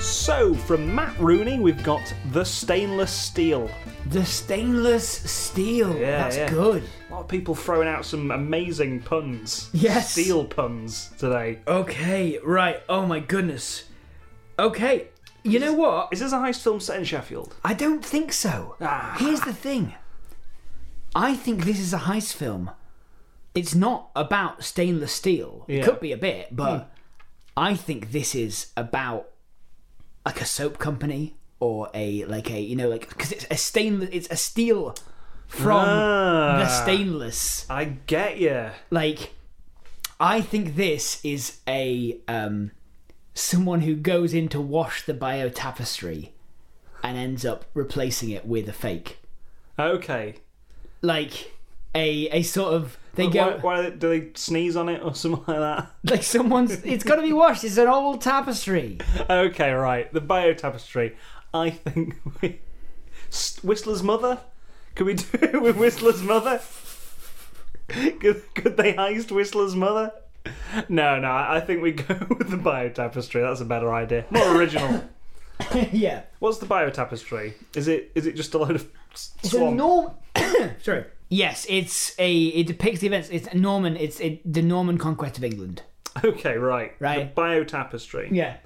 So, from Matt Rooney, we've got The Stainless Steel. The stainless steel. Yeah, That's yeah. good. A lot of people throwing out some amazing puns. Yes. Steel puns today. Okay, right. Oh my goodness. Okay. You know what? Is this a heist film set in Sheffield? I don't think so. Ah. Here's the thing. I think this is a heist film. It's not about stainless steel. It Yeah. could be a bit, but I think this is about like a soap company or a like a you know like because it's a stainless it's a steel from Ah. the stainless I get you. like i think this is a um someone who goes in to wash the bio tapestry and ends up replacing it with a fake Okay. like a a sort of they Why, go why do they sneeze on it or something like like someone's it's got to be washed it's an old tapestry that? Okay, right. The biotapestry. I think we. S- Whistler's mother? Could we do it with Whistler's mother? Could, could they heist Whistler's mother? No, no. I think we go with the biotapestry. That's a better idea. More original. yeah What's the biotapestry? Is it is it just a load of s- it's a swamp? norm sorry yes it's a it depicts the events it's norman it's it, the norman conquest of england okay, right. Right. The biotapestry. Yeah.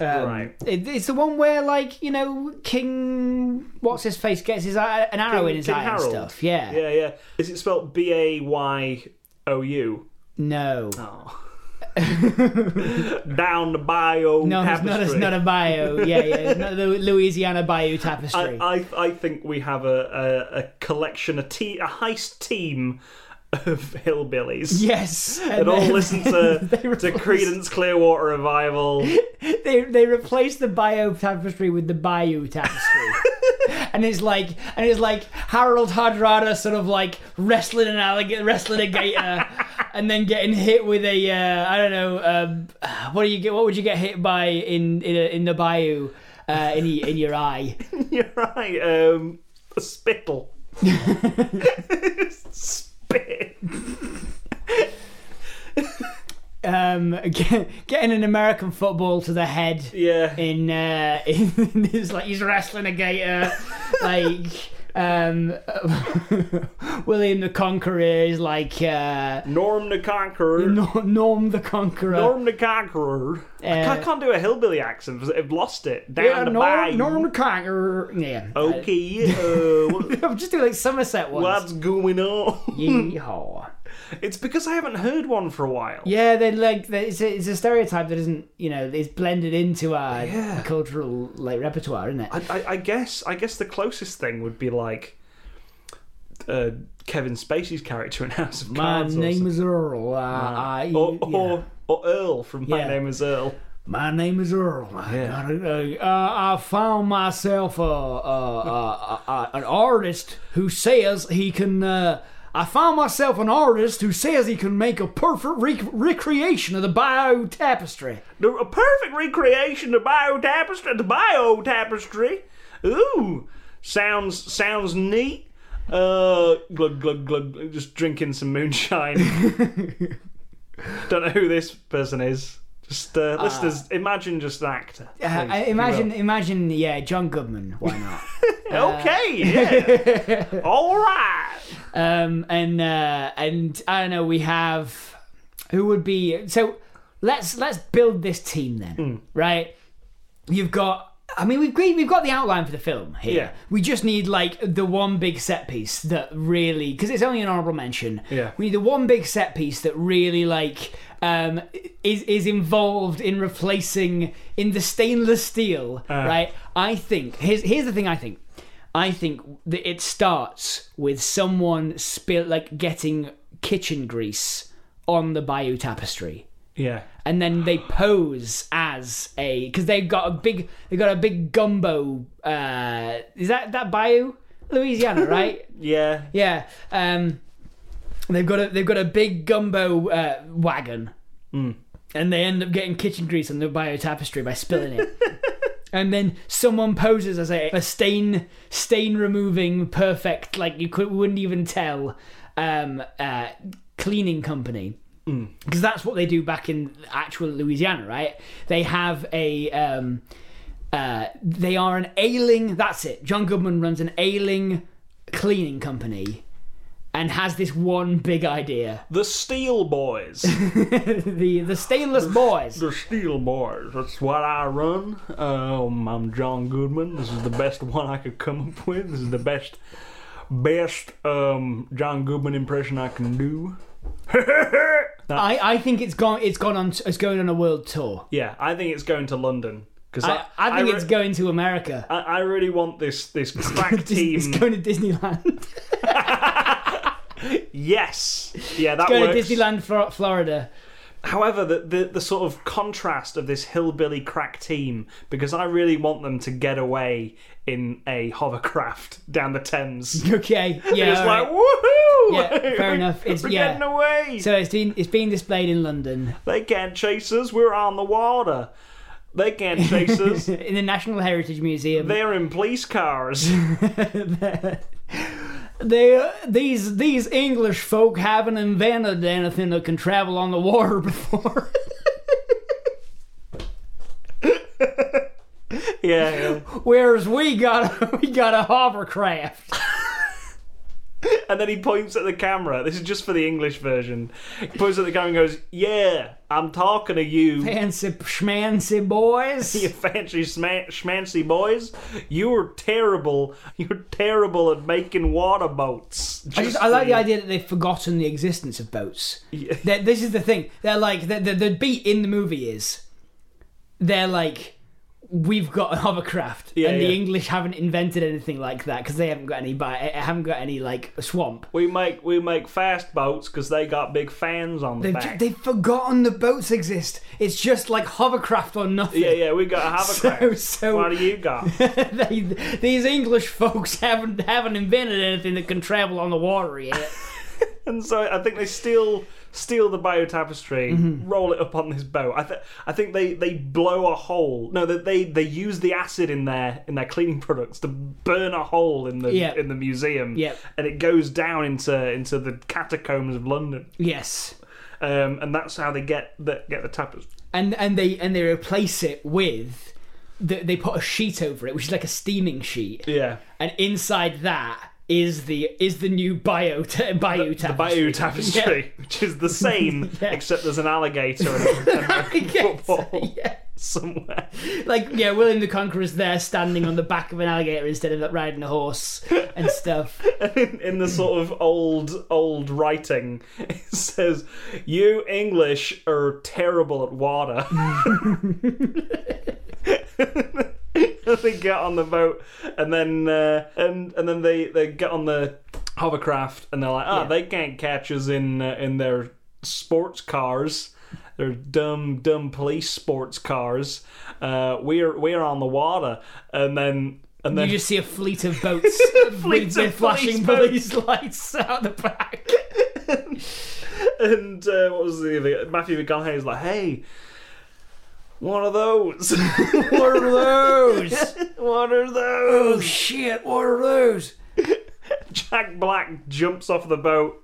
Um, Right. it- it's the one where, like, you know, King, what's his face, gets his eye, an arrow in his King eye Harold. and stuff. Yeah. Yeah, yeah. Is it spelled B A Y O U? No. Oh. Down the bio No, it's not, tapestry. it's not a bio. Yeah, yeah. It's not the Louisiana Bayou Tapestry. I, I I think we have a, a, a collection, a te- a heist team of hillbillies. yes. That And all then- listen to, they to replace- Credence Clearwater Revival. They, they replaced the bio tapestry with the bayou tapestry. and it's like and it's like Harold Hardrada sort of like wrestling an alligator wrestling a gator and then getting hit with a uh, I don't know um, what do you get what would you get hit by in in, a, in the bayou uh, in, y- in your eye You're right. Um, a spittle. Spit. um, get, getting an American football to the head Yeah. in uh in, it's like he's wrestling a gator like um William the Conqueror is like uh Norm the Conqueror. Nor- Norm the Conqueror Norm the Conqueror. I, Uh, can't, I can't do a hillbilly accent. 'cause I've lost it. Down yeah, the Oh. bayou. Norm, Norm the Conqueror yeah Okay. Uh, wha- I'm just doing like Somerset ones what's going on? Yeehaw. It's because I haven't heard one for a while. yeah they like they- it's a, it's a stereotype that isn't you know is blended into our Yeah. cultural like repertoire isn't it I, I, I guess. I guess the closest thing would be like uh, Kevin Spacey's character in House of my Cards. name or is Earl. Uh, I, something. or, yeah. or, or Earl from My Yeah. Name Is Earl. My name is Earl. Yeah. I, gotta- uh, I found myself a, a, a, a, a- an artist who says he can. Uh, I found myself an artist who says he can make a perfect re- recreation of the bio tapestry. The, a perfect recreation of bio tapestry. The bio tapestry. Ooh, sounds sounds neat. Uh, glug glug glug. Just drinking some moonshine. Don't know who this person is. Just uh, listeners, imagine just an actor. Uh, please, I- if you imagine, imagine, yeah, John Goodman. Why not? will. okay, yeah. All right. um, and uh, and I don't know. We have who would be so. Let's let's build this team then, Mm. right? You've got. I mean, we've agreed- we've got the outline for the film here. Yeah. We just need like the one big set piece that really, because it's only an honorable mention. Yeah. We need the one big set piece that really like um, is is involved in replacing in the stainless steel, right? I think here's here's the thing. I think I think that it starts with someone spill like getting kitchen grease on the bayou tapestry Yeah. and then they pose as a because they've got a big they got a big gumbo uh is that that bayou louisiana right Yeah. yeah um they've got a they've got a big gumbo uh wagon and they end up getting kitchen grease on the bio tapestry by spilling it and then someone poses as a, a stain stain removing perfect like you could, wouldn't even tell um, uh, cleaning company because that's what they do back in actual Louisiana, right? They have a um, Uh, they are an ailing. That's it. John Goodman runs an ailing cleaning company, and has this one big idea: The Steel Boys. the the stainless boys. the Steel Boys. That's what I run. Um, I'm John Goodman. This is the best one I could come up with. This is the best, best um, John Goodman impression I can do. I, I think it's gone. It's gone on. It's going on a world tour. Yeah, I think it's going to London because I, I think re- it's going to America. I, I really want this this crack team. It's going to Disneyland. yes, yeah, that going to works. Disneyland, Flor- Florida. However, the, the the sort of contrast of this hillbilly crack team because I really want them to get away in a hovercraft down the Thames. Okay. Yeah. it's all right. like woohoo! Yeah, fair enough. It's- We're yeah. getting away. So it's been it's being displayed in London they can't chase us. We're on the water. They can't chase us. in the National Heritage Museum. They're in police cars. They uh, these these English folk haven't invented anything that can travel on the water before. yeah, Whereas we got a, we got a hovercraft. and then he points at the camera. This is just for the English version. He points at the camera and goes, "Yeah, I'm talking to you." Fancy schmancy boys. You fancy sma- schmancy boys, you were terrible. You're terrible at making water boats. I, just, I like the idea that they've forgotten the existence of boats. Yeah. They're- this is the thing. They're like the, the the beat in the movie is they're like we've got a hovercraft, Yeah, and yeah. the English haven't invented anything like that because they haven't got any bi- eh, haven't got any like swamp. We make we make fast boats because they got big fans on the They've, back. they've forgotten the boats exist. It's just like hovercraft or nothing. yeah, yeah, we got a hovercraft. So so what do you got? they, these English folks haven't haven't invented anything that can travel on the water yet. and so I think they steal steal the biotapestry, roll it up on this boat. I think I think they they blow a hole. No, that they, they use the acid in their in their cleaning products to burn a hole in the Yeah. in the museum. Yeah. and it goes down into into the catacombs of London. yes. Um, and that's how they get the get the tapestry. and and they and they replace it with the, they put a sheet over it which is like a steaming sheet Yeah. and inside that is the is the new bio t- bio The tapestry. Bayou Tapestry, which is the same, Yeah. except there's an alligator and a American Yes, football yeah. somewhere. like yeah william the conqueror's there standing on the back of an alligator instead of like, riding a horse and stuff in, in the sort of old old writing it says you english are terrible at water they get on the boat and then uh, and and then they they get on the hovercraft and they're like oh Yeah. they can't catch us in uh, in their sports cars they're dumb, dumb police sports cars. Uh, we're we're on the water, and then and then you just see a fleet of boats Fleets with, with of police flashing boats. police lights out the back And uh, what was the other? Matthew McConaughey was like, "Hey, one of those, what are those one of those." Oh, shit what are those Jack Black jumps off the boat.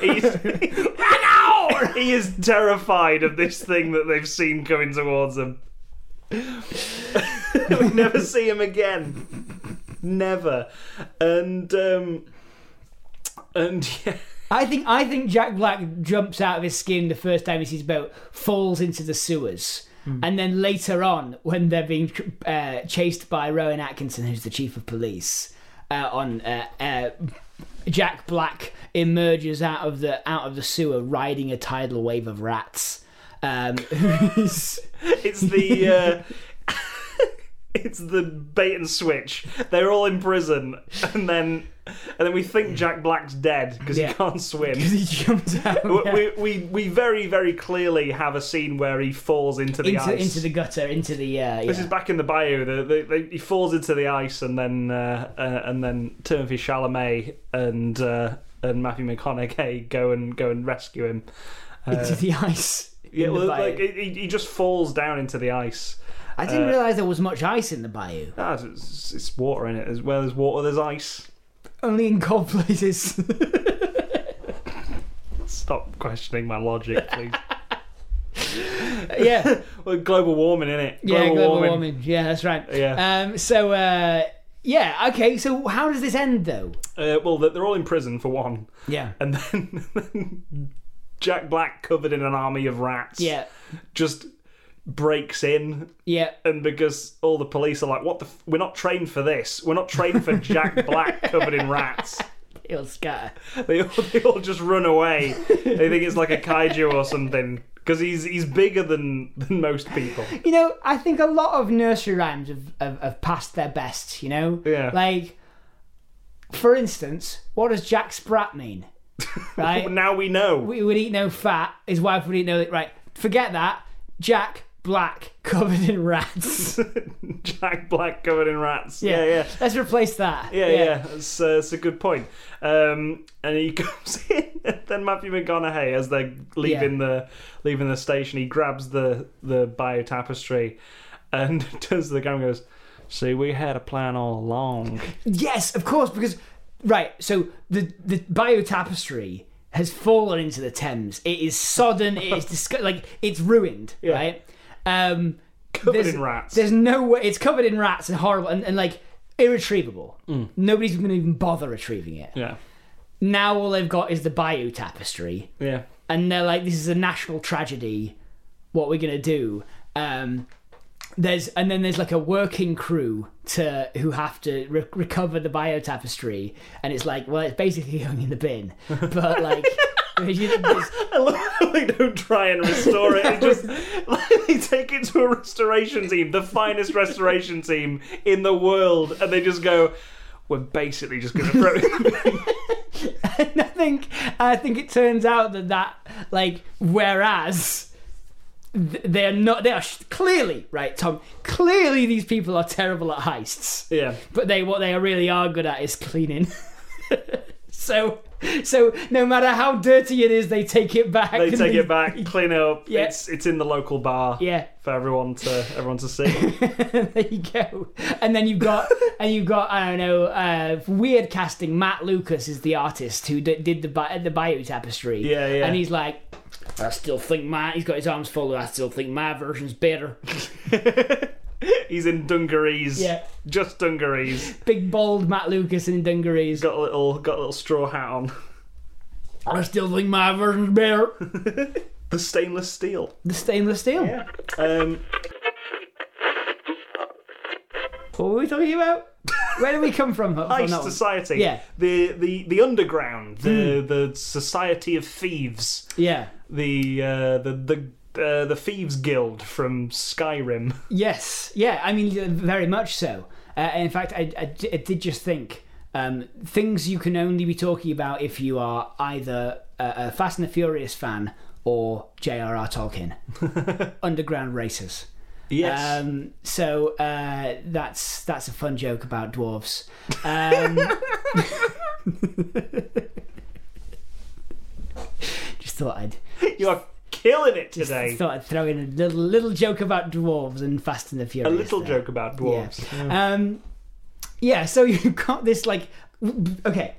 He's, he is terrified of this thing that they've seen coming towards him. we never see him again, never. And um, and yeah, I think I think Jack Black jumps out of his skin the first time he sees boat, falls into the sewers, and then later on, when they're being uh, chased by Rowan Atkinson, who's the chief of police, uh, on uh, uh, Jack Black emerges out of the out of the sewer riding a tidal wave of rats. Um, who's- it's the. Uh, It's the bait and switch. They're all in prison, and then and then we think Jack Black's dead because Yeah. he can't swim. he jumps out We- yeah, We, we we very very clearly have a scene where he falls into the into, ice. into the gutter, into the uh, yeah. This is back in the bayou. The, the, the, he falls into the ice, and then uh, uh, and then Timothy Chalamet and uh, and Matthew McConaughey go and go and rescue him. Uh, into the ice. Yeah, in the well, bayou. like uh, he, he just falls down into the ice. I didn't realize there was much ice in the bayou. Ah, it's, it's water in it. As well as water, there's ice. Only in cold places. Stop questioning my logic, please. yeah, Well, global warming, in it? yeah, global warming. Yeah, that's right. Yeah. Um. So, uh, yeah. Okay. So, how does this end though? Uh, well, they're they're all in prison for one, Yeah. and then Jack Black, covered in an army of rats, Yeah. just breaks in Yeah. and because all the police are like, "What the? F- we're not trained for this. We're not trained for Jack Black covered in rats." It'll scatter. They all, they all just run away. They think it's like a kaiju or something because he's he's bigger than than most people. You know, I think a lot of nursery rhymes have, have, have passed their best, you know? Yeah. Like, for instance, what does Jack Sprat mean? Right? Now we know. He would eat no fat, his wife would eat no. Right, forget that. Jack Black covered in rats. Jack Black covered in rats. Yeah, yeah. Let's replace that. Yeah, yeah, That's, uh, that's a good point. Um, and he comes in, and then Matthew McConaughey, as they're leaving the leaving the station, he grabs the the bio tapestry and turns to the camera and goes, "See, we had a plan all along." Yes, of course, because right. So the the biotapestry has fallen into the Thames. It is sodden. it is disg- like it's ruined. Right. Um, covered in rats. There's no way. It's covered in rats and horrible and, and like irretrievable. Mm. Nobody's going to even bother retrieving it. Yeah, Now all they've got is the biotapestry, yeah, and they're like, "This is a national tragedy. What we're going to do?" Um, there's and then there's like a working crew to who have to re- recover the biotapestry and it's like well it's basically going in the bin but like you- there's- I love how they don't try and restore it. They just like, they take it to a restoration team, the finest restoration team in the world, and they just go, "We're basically just going to throw it." in the bin." and I think I think it turns out that that like whereas th- they are not they are sh- clearly right Tom clearly these people are terrible at heists yeah, but they what they really are good at is cleaning so so no matter how dirty it is they take it back they and take it back, clean it up. Yeah. It's it's in the local bar. yeah for everyone to everyone to see. there you go. And then you've got and you've got I don't know uh, weird casting. Matt Lucas is the artist who d- did the bi- the bio tapestry. Yeah, yeah. And he's like, I still think my he's got his arms folded. I still think my version's better. He's in dungarees, Yeah. just dungarees. Big bold Matt Lucas in dungarees. Got a little got a little straw hat on. I still think my version's better. The stainless steel. The stainless steel. Um, What were we talking about? Where did we come from? from Heist that one? society. Yeah. Hmm. The the the underground. The the society of thieves. Yeah. The uh, the the uh, the thieves guild from Skyrim. Yes, yeah, I mean, very much so. Uh, in fact, I, I d- I did just think um, things you can only be talking about if you are either a, a Fast and the Furious fan or J.R.R. Tolkien. Underground racers. Yes. Um, so uh, that's that's a fun joke about dwarves. Um, just thought I'd you are killing it today. just thought I'd throw in a little little joke about dwarves and Fast and A the Furious. little there. joke about Yeah. dwarves. Um, yeah. So you've got this like. Okay.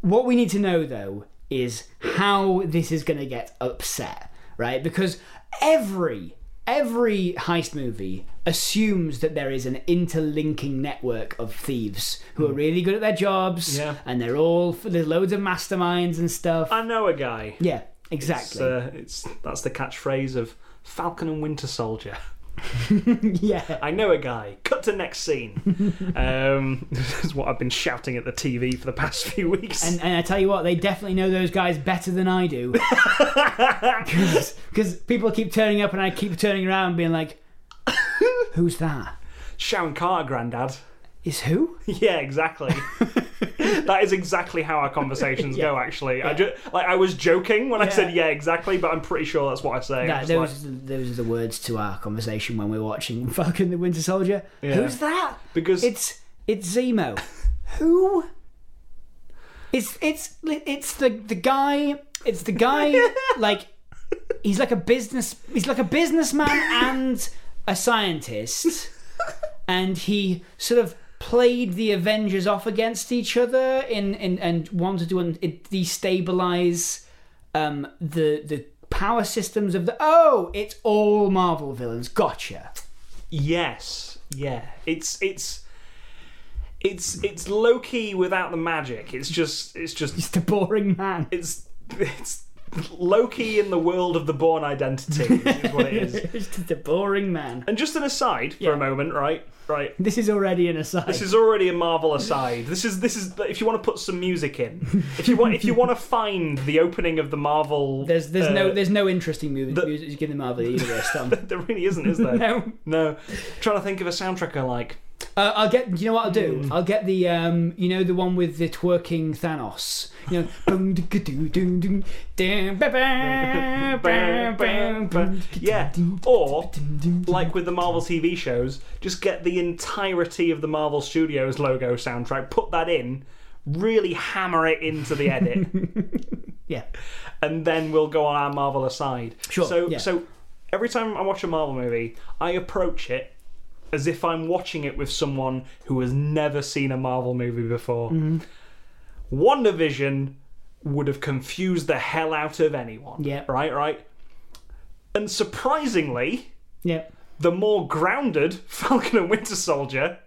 What we need to know though is how this is going to get upset, right? Because every every heist movie assumes that there is an interlinking network of thieves who are really good at their jobs, Yeah. and they're all there's loads of masterminds and stuff. I know a guy. yeah. It's, Exactly. uh, it's that's the catchphrase of Falcon and Winter Soldier. yeah. I know a guy. Cut to next scene. um, this is what I've been shouting at the TV for the past few weeks. And, and I tell you what, they definitely know those guys better than I do. Because people keep turning up and I keep turning around being like, who's that? Sharon Carter, Grandad. Is who? Yeah, exactly. that is exactly how our conversations go. Actually, I ju- like I was joking when I said yeah, exactly, but I'm pretty sure that's what I say. I'm That, just like, those, those are the words to our conversation when we're watching fucking The Winter Soldier. Who's that? because It's it's Zemo. who? It's it's it's the the guy. It's the guy like he's like a business. He's like a businessman and a scientist, and he sort of played the Avengers off against each other in in and wanted to un- destabilize um, the the power systems of the. Oh, it's all Marvel villains. Gotcha. Yes, yeah. It's it's it's it's low key without the magic. It's just it's just It's the boring man. it's it's low key in the world of the born identity is what it is. it's just the boring man. And just an aside for Yeah. a moment, right? Right. This is already an aside. This is already a Marvel aside. This is this is if you want to put some music in. If you want if you want to find the opening of the Marvel there's there's no uh, there's no interesting movie the- music in the Marvel universe. Tom. there really isn't, is there? no. No. trying to think of a soundtrack I like. Uh, I'll get. You know what I'll do? Hmm. I'll get the um, you know, the one with the twerking Thanos. You know, boom, doo, doo, doo, doo, doo, ba, ba, ba, ba, ba. Yeah. Or like with the Marvel TV shows, just get the entirety of the Marvel Studios logo soundtrack, put that in, really hammer it into the edit, yeah, and then we'll go on our Marvel aside. Sure, So yeah. so every time I watch a Marvel movie, I approach it as if I'm watching it with someone who has never seen a Marvel movie before. Mm-hmm. Wonder Vision would have confused the hell out of anyone. Yeah. Right, right. And surprisingly, yeah. the more grounded Falcon and Winter Soldier,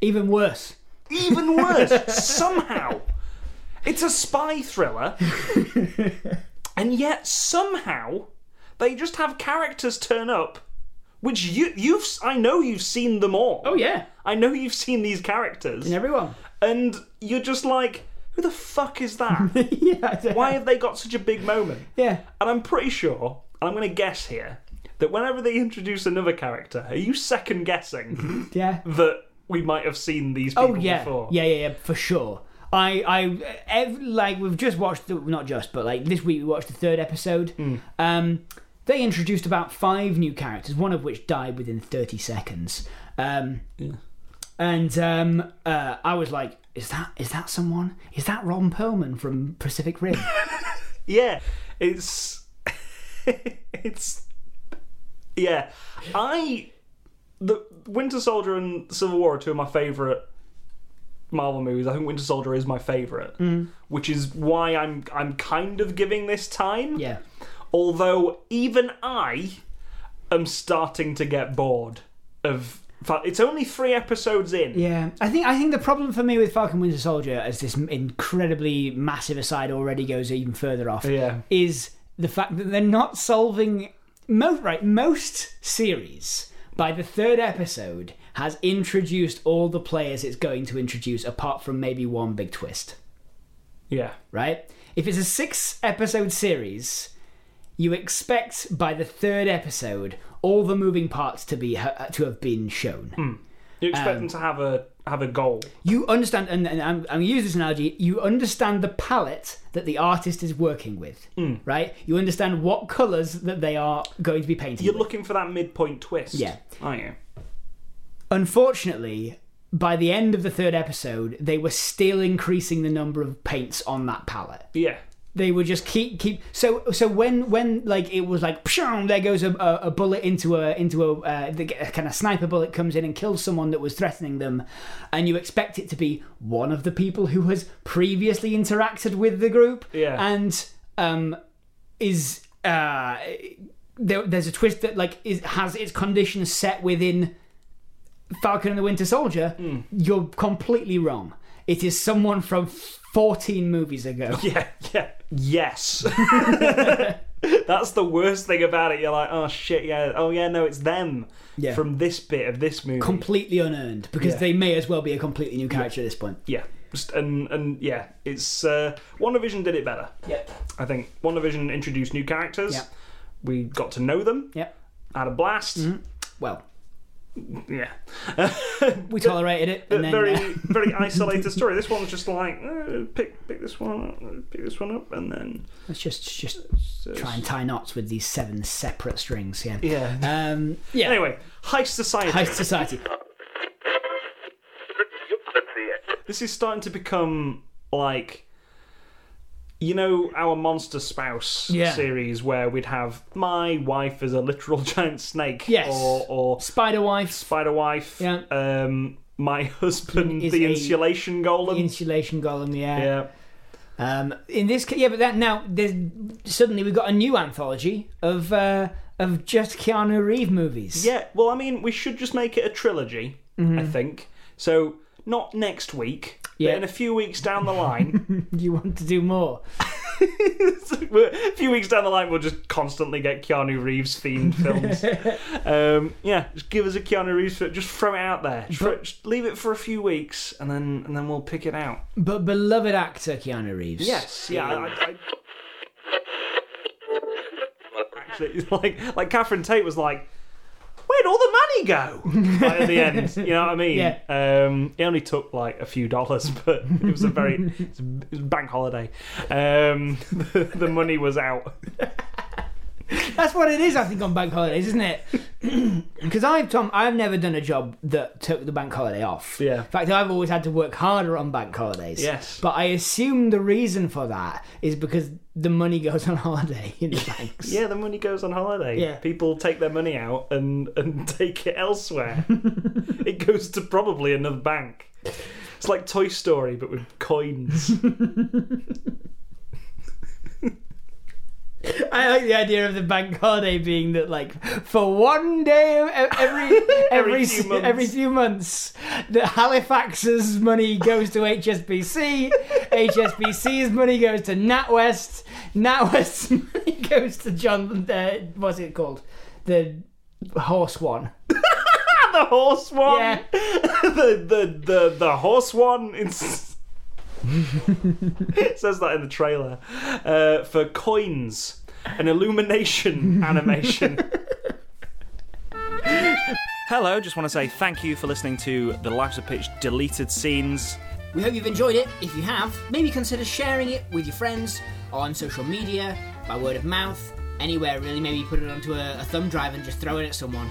Even worse. even worse, somehow. It's a spy thriller, and yet somehow they just have characters turn up, which you you've I know you've seen them all. Oh yeah, I know you've seen these characters, and everyone. and you're just like, who the fuck is that? yeah. I- Why have they got such a big moment? Yeah. And I'm pretty sure, and I'm going to guess here, that whenever they introduce another character, are you second guessing? Yeah. that we might have seen these people Oh yeah, before. yeah, yeah, yeah, for sure. I, I, ev- like we've just watched the, not just, but like this week we watched the third episode. Hmm. Um, they introduced about five new characters, one of which died within thirty seconds. Um, and um, uh, I was like, "Is that is that someone? Is that Ron Perlman from Pacific Rim?" Yeah. It's it's yeah. I the Winter Soldier and Civil War are two of my favorite Marvel movies. I think Winter Soldier is my favorite, Mm. which is why I'm I'm kind of giving this time. yeah, Although even I am starting to get bored of. It's only three episodes in. yeah. I think I think the problem for me with Falcon Winter Soldier, as this incredibly massive aside already goes even further off, Yeah. is the fact that they're not solving most right most series by the third episode has introduced all the players it's going to introduce apart from maybe one big twist Yeah. right if it's a six episode series you expect by the third episode all the moving parts to be to have been shown You expect Um, them to have a have a goal. you understand, and, and I'm, I'm going to use this analogy, you understand the palette that the artist is working with, right? You understand what colours that they are going to be painting. You're with. looking for that midpoint twist. Yeah. Are you? Unfortunately, by the end of the third episode, they were still increasing the number of paints on that palette. Yeah. They would just keep keep so so when when like it was like pshoom, there goes a, a, a bullet into a into a, uh, the, a kind of sniper bullet comes in and kills someone that was threatening them, and you expect it to be one of the people who has previously interacted with the group, Yeah. and um is uh there, there's a twist that like is has its conditions set within Falcon and the Winter Soldier. You're completely wrong. It is someone from 14 movies ago. Yeah. Yeah. Yes. That's the worst thing about it. You're like, oh shit, yeah. Oh yeah, no, it's them Yeah. from this bit of this movie. completely unearned because Yeah. they may as well be a completely new character at this point. yeah. Just- And and yeah, it's uh, WandaVision did it better. Yep. I think WandaVision introduced new characters. Yeah. We got to know them. Yep. Had a blast. Mm-hmm. Well, Yeah. we tolerated it, and then very uh, very isolated story. This one's just like eh, pick pick this one up, pick this one up, and then let's just just try and tie knots with these seven separate strings. Yeah. yeah. Um. Yeah. Anyway, Heist Society. High society. This is starting to become like. You know our monster spouse Yeah. series where we'd have my wife is a literal giant snake, Yes. or or Spider wife. spider wife, Yeah. um, my husband Is the a- insulation the golem, Insulation golem. Yeah. yeah, Um, in this, ca- yeah, but that now there's suddenly we've got a new anthology of uh, of just Keanu Reeves movies. Yeah, well, I mean, we should just make it a trilogy, I think. So, not next week, Mm-hmm. Yeah. but in a few weeks down the line. You want to do more? a few weeks down the line, we'll just constantly get Keanu Reeves themed films. um, yeah, just give us a Keanu Reeves film. Just throw it out there. Just, throw- just leave it for a few weeks, and then and then we'll pick it out. But beloved actor Keanu Reeves. Yes, yeah. I, I, I- Actually, it's like like Catherine Tate was like, "Where'd all the money go?" Like, at the end, you know what I mean? Yeah. Um, it only took like a few dollars, but it was a very it's a it was a bank holiday. Um, the, the money was out. That's what it is, I think, on bank holidays, isn't it? Because I've Tom, I've never done a job that took the bank holiday off. Yeah. In fact, I've always had to work harder on bank holidays. Yes. But I assume the reason for that is because the money goes on holiday in the banks. Yeah, the money goes on holiday. Yeah. people take their money out and and take it elsewhere. it goes to probably another bank. It's like Toy Story, but with coins. I like the idea of the bank holiday being that, like, for one day of ev- every every every few few, months. every few months, that Halifax's money goes to HSBC, HSBC's money goes to NatWest, NatWest's money goes to John. Uh, what's it called? The horse one. the horse one. Yeah. the, the the the horse one. It's... it says that in the trailer uh, for coins, an illumination animation. Hello, just want to say thank you for listening to the Lives of Pitch deleted scenes. We hope you've enjoyed it. If you have, maybe consider sharing it with your friends on social media, by word of mouth, anywhere really. Maybe put it onto a, a thumb drive and just throw it at someone.